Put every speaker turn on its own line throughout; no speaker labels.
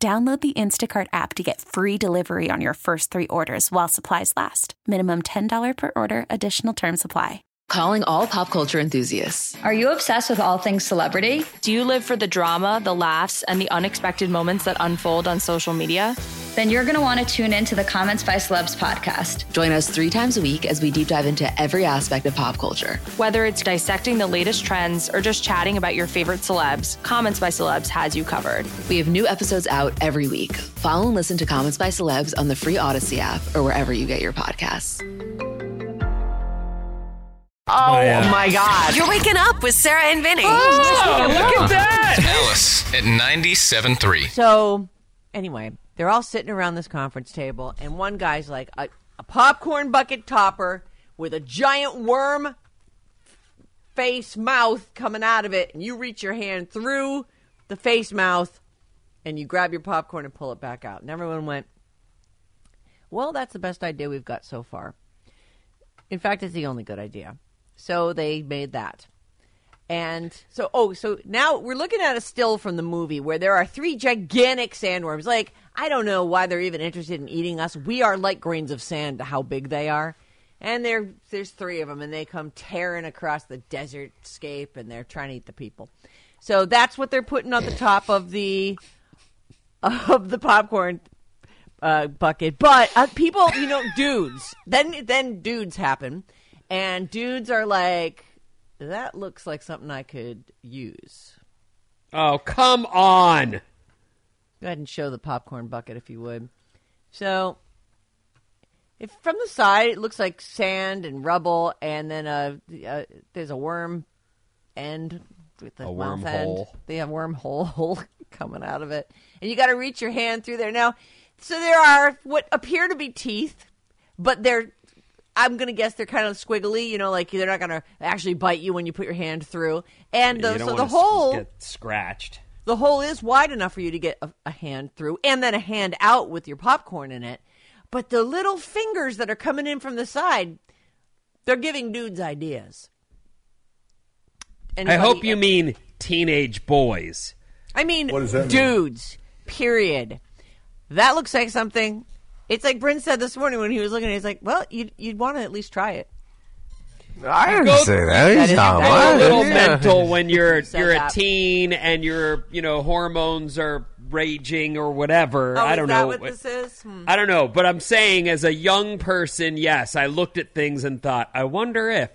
Download the Instacart app to get free delivery on your first three orders while supplies last. Minimum $10 per order, additional term supply.
Calling all pop culture enthusiasts.
Are you obsessed with all things celebrity?
Do you live for the drama, the laughs, and the unexpected moments that unfold on social media?
Then you're going to want to tune in to the Comments by Celebs podcast.
Join us three times a week as we deep dive into every aspect of pop culture.
Whether it's dissecting the latest trends or just chatting about your favorite celebs, Comments by Celebs has you covered.
We have new episodes out every week. Follow and listen to Comments by Celebs on the free Odyssey app or wherever you get your podcasts.
Oh my God.
You're waking up with Sarah and Vinny.
Oh, look at that.
Alice at 97.3.
So, anyway, they're all sitting around this conference table, and one guy's like a, a popcorn bucket topper with a giant worm face mouth coming out of it, and you reach your hand through the face mouth, and you grab your popcorn and pull it back out. And everyone went, "Well, that's the best idea we've got so far. In fact, it's the only good idea." So they made that. And so, oh, so now we're looking at a still from the movie where there are three gigantic sandworms. Like, I don't know why they're even interested in eating us. We are like grains of sand to how big they are. And there, there's three of them, and they come tearing across the desert scape, and they're trying to eat the people. So that's what they're putting on the top of the of the popcorn uh, bucket. But uh, people, you know, dudes. Then then dudes happen, and dudes are like, that looks like something I could use.
Oh, come on.
Go ahead and show the popcorn bucket if you would. So, if from the side it looks like sand and rubble, and then a, a there's a worm end with the
A
mouth
wormhole.
end. They have wormhole coming out of it, and you got to reach your hand through there now. So there are what appear to be teeth, but they're I'm gonna guess they're kind of squiggly. You know, like they're not gonna actually bite you when you put your hand through. And the,
you don't
so
wanna
the
s-
hole
get scratched.
the hole is wide enough for you to get a, a hand through and then a hand out with your popcorn in it. But the little fingers that are coming in from the side, they're giving dudes ideas.
I
Anybody-
hope you mean teenage boys.
I mean,
What does that mean?
dudes, period. That looks like something. It's like Bryn said this morning when he was looking at it. He's like, well, you'd, you'd want to at least try it.
I didn't
Go-
say that. He's
is- that
not
is
That's a
lying.
little
Yeah.
mental when you're
said
you're a
that.
teen and your you know hormones are raging or whatever.
Oh,
I
is
don't
that
know.
what this is? Hmm.
I don't know, but I'm saying as a young person, yes, I looked at things and thought, I wonder if I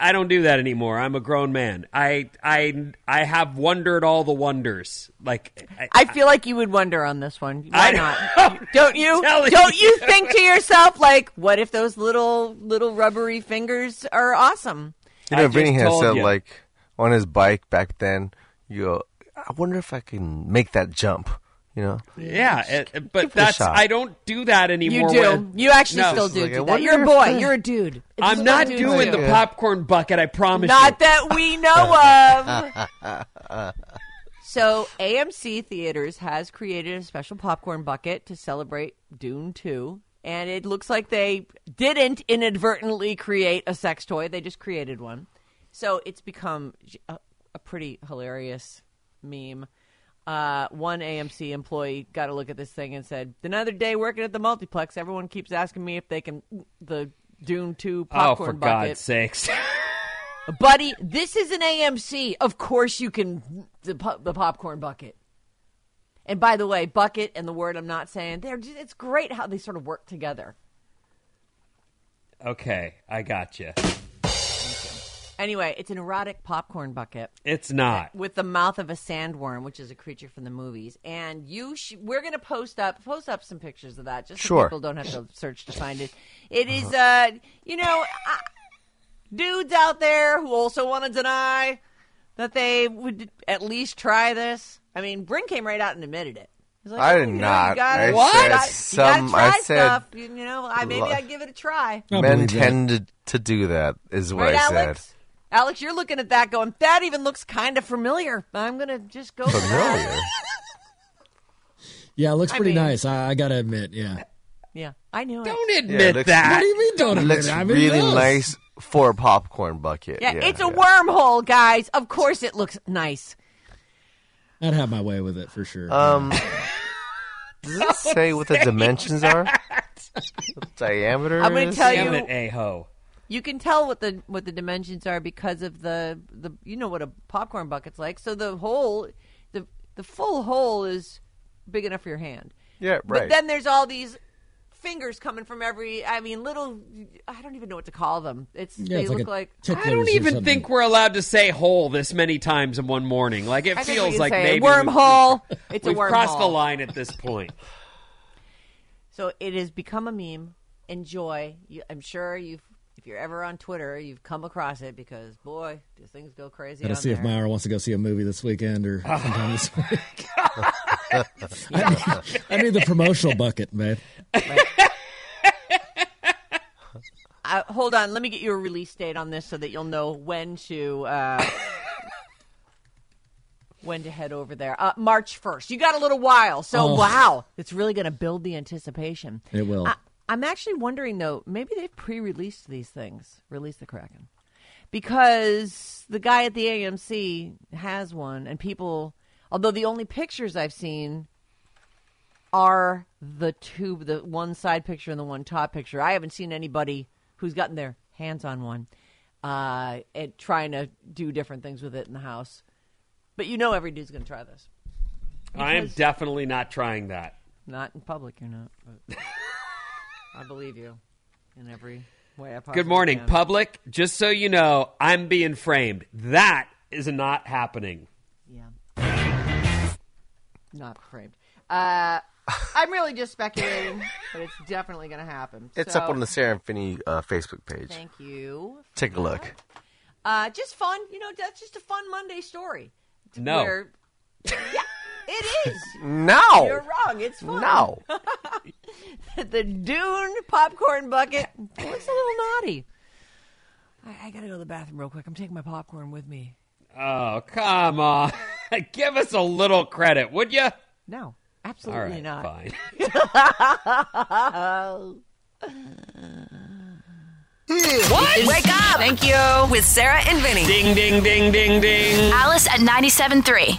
I don't do that anymore. I'm a grown man. I I I have wondered all the wonders. Like I,
I feel like you would wonder on this one. Why
I know.
not? Don't you?
Telling
Don't you
you.
think to yourself like, what if those little little rubbery fingers are awesome?
You
I
know,
just
Vinny has
told
said
you.
like on his bike back then. You, go, I wonder if I can make that jump. You know,
yeah, it- it- but
it a
that's
shot.
I don't do that
You
anymore.
do.
when-
You actually
No.
still
This
do,
is like,
do
I
that.
wonder
You're a
if
boy.
that-
You're a dude. This
I'm
is
not
what dudes do.
doing the popcorn bucket. I promise.
Not
you.
that we know of. so AMC Theaters has created a special popcorn bucket to celebrate Dune 2. And it looks like they didn't inadvertently create a sex toy. They just created one. So it's become a, a pretty hilarious meme. Uh, one AMC employee got a look at this thing and said, "Another day working at the multiplex. Everyone keeps asking me if they can the Dune 2
Oh,
popcorn
for
bucket."
God's sakes!
Buddy, this is an AMC. Of course you can the, po- the popcorn bucket. And by the way, bucket and the word I'm not saying, they're just, it's great how they sort of work together.
okay, I got you.
Anyway, it's an erotic popcorn bucket
It's not.
with the mouth of a sandworm, which is a creature from the movies. And you sh- we're going to post up post up some pictures of that just so
Sure. Uh-huh.
people don't have to search to find it. It is uh, you know, I, dudes out there who also want to deny that they would at least try this. I mean, Bryn came right out and admitted it. He's like,
I
oh,
did
you know,
not.
You gotta,
I
you gotta-
said
you gotta
some-
try
I said-
stuff. You, you know, I, maybe
Look.
I'd give it a try.
I
Men
believe that.
tend to, to do that, is what
right,
I said.
Alex? Alex, you're looking at that going, that even looks kind of familiar. I'm going to just go. for that.
Familiar.
Yeah, it looks
I
pretty
mean- uh,
nice. I, I gotta admit, yeah.
Yeah, I knew it.
Don't
Yeah,
admit
it looks-
What
that.
do you mean? Don't
It
admit
looks
it? I mean,
really
it does.
nice for a popcorn bucket.
Yeah, it's a
yeah.
wormhole, guys. Of course it looks nice.
I'd have my way with it for sure.
Um, does it say what the dimensions are? What diameter?
I'm gonna
is?
tell
Damn
you-
it, a ho.
You can tell what the what the dimensions are because of the the you know what a popcorn bucket's like. So the hole, the the full hole is big enough for your hand.
Yeah,
But
right.
then there's all these fingers coming from every. I mean, little. I don't even know what to call them. It's
yeah,
they
it's
look
like, a
like.
ticklers
I don't
or
even
something.
think we're allowed to say hole this many times in one morning. Like it
I think we
feels
can
like
say
maybe
wormhole.
We've,
it's a
we've
wormhole.
crossed the line at this point.
So it has become a meme. Enjoy. You, I'm sure you've. If you're ever on Twitter, you've come across it because boy, do things go crazy.
Gotta
on
see if
there.
Myra wants to go see a movie this weekend or sometime this week. I, need, I need the promotional bucket, man.
I, Uh, hold on, let me get you a release date on this so that you'll know when to uh, when to head over there. Uh, March first. You got a little while, so
Oh.
wow, it's really going to build the anticipation.
It will.
I, I'm actually wondering though, maybe they've pre-released these things. Release the Kraken, because the guy at the AMC has one, and people. Although the only pictures I've seen are the two the one side picture and the one top picture. I haven't seen anybody who's gotten their hands on one uh, and trying to do different things with it in the house. But you know, every dude's going to try this.
I am definitely not trying that.
Not in public, you're not. But I believe you in every way. I possibly
Good morning,
can.
public. Just so you know, I'm being framed. That is not happening.
Yeah. Not framed. Uh, I'm really just speculating, but it's definitely going to happen.
It's
So,
up on the Sarah Finney uh, Facebook page.
Thank you.
Take a look.
Uh, just fun, you know. That's just a fun Monday story.
No.
Where- yeah, it is. You're
No,
wrong. It's fun.
no.
the Dune popcorn bucket looks a little naughty. I, I gotta go to the bathroom real quick. I'm taking my popcorn with me.
Oh, come on. Give us a little credit, would you?
No,
All
absolutely
right,
not.
fine.
Wake up! Thank you. With Sarah and Vinny.
ding, ding, ding, ding, ding.
Alice at 97.3.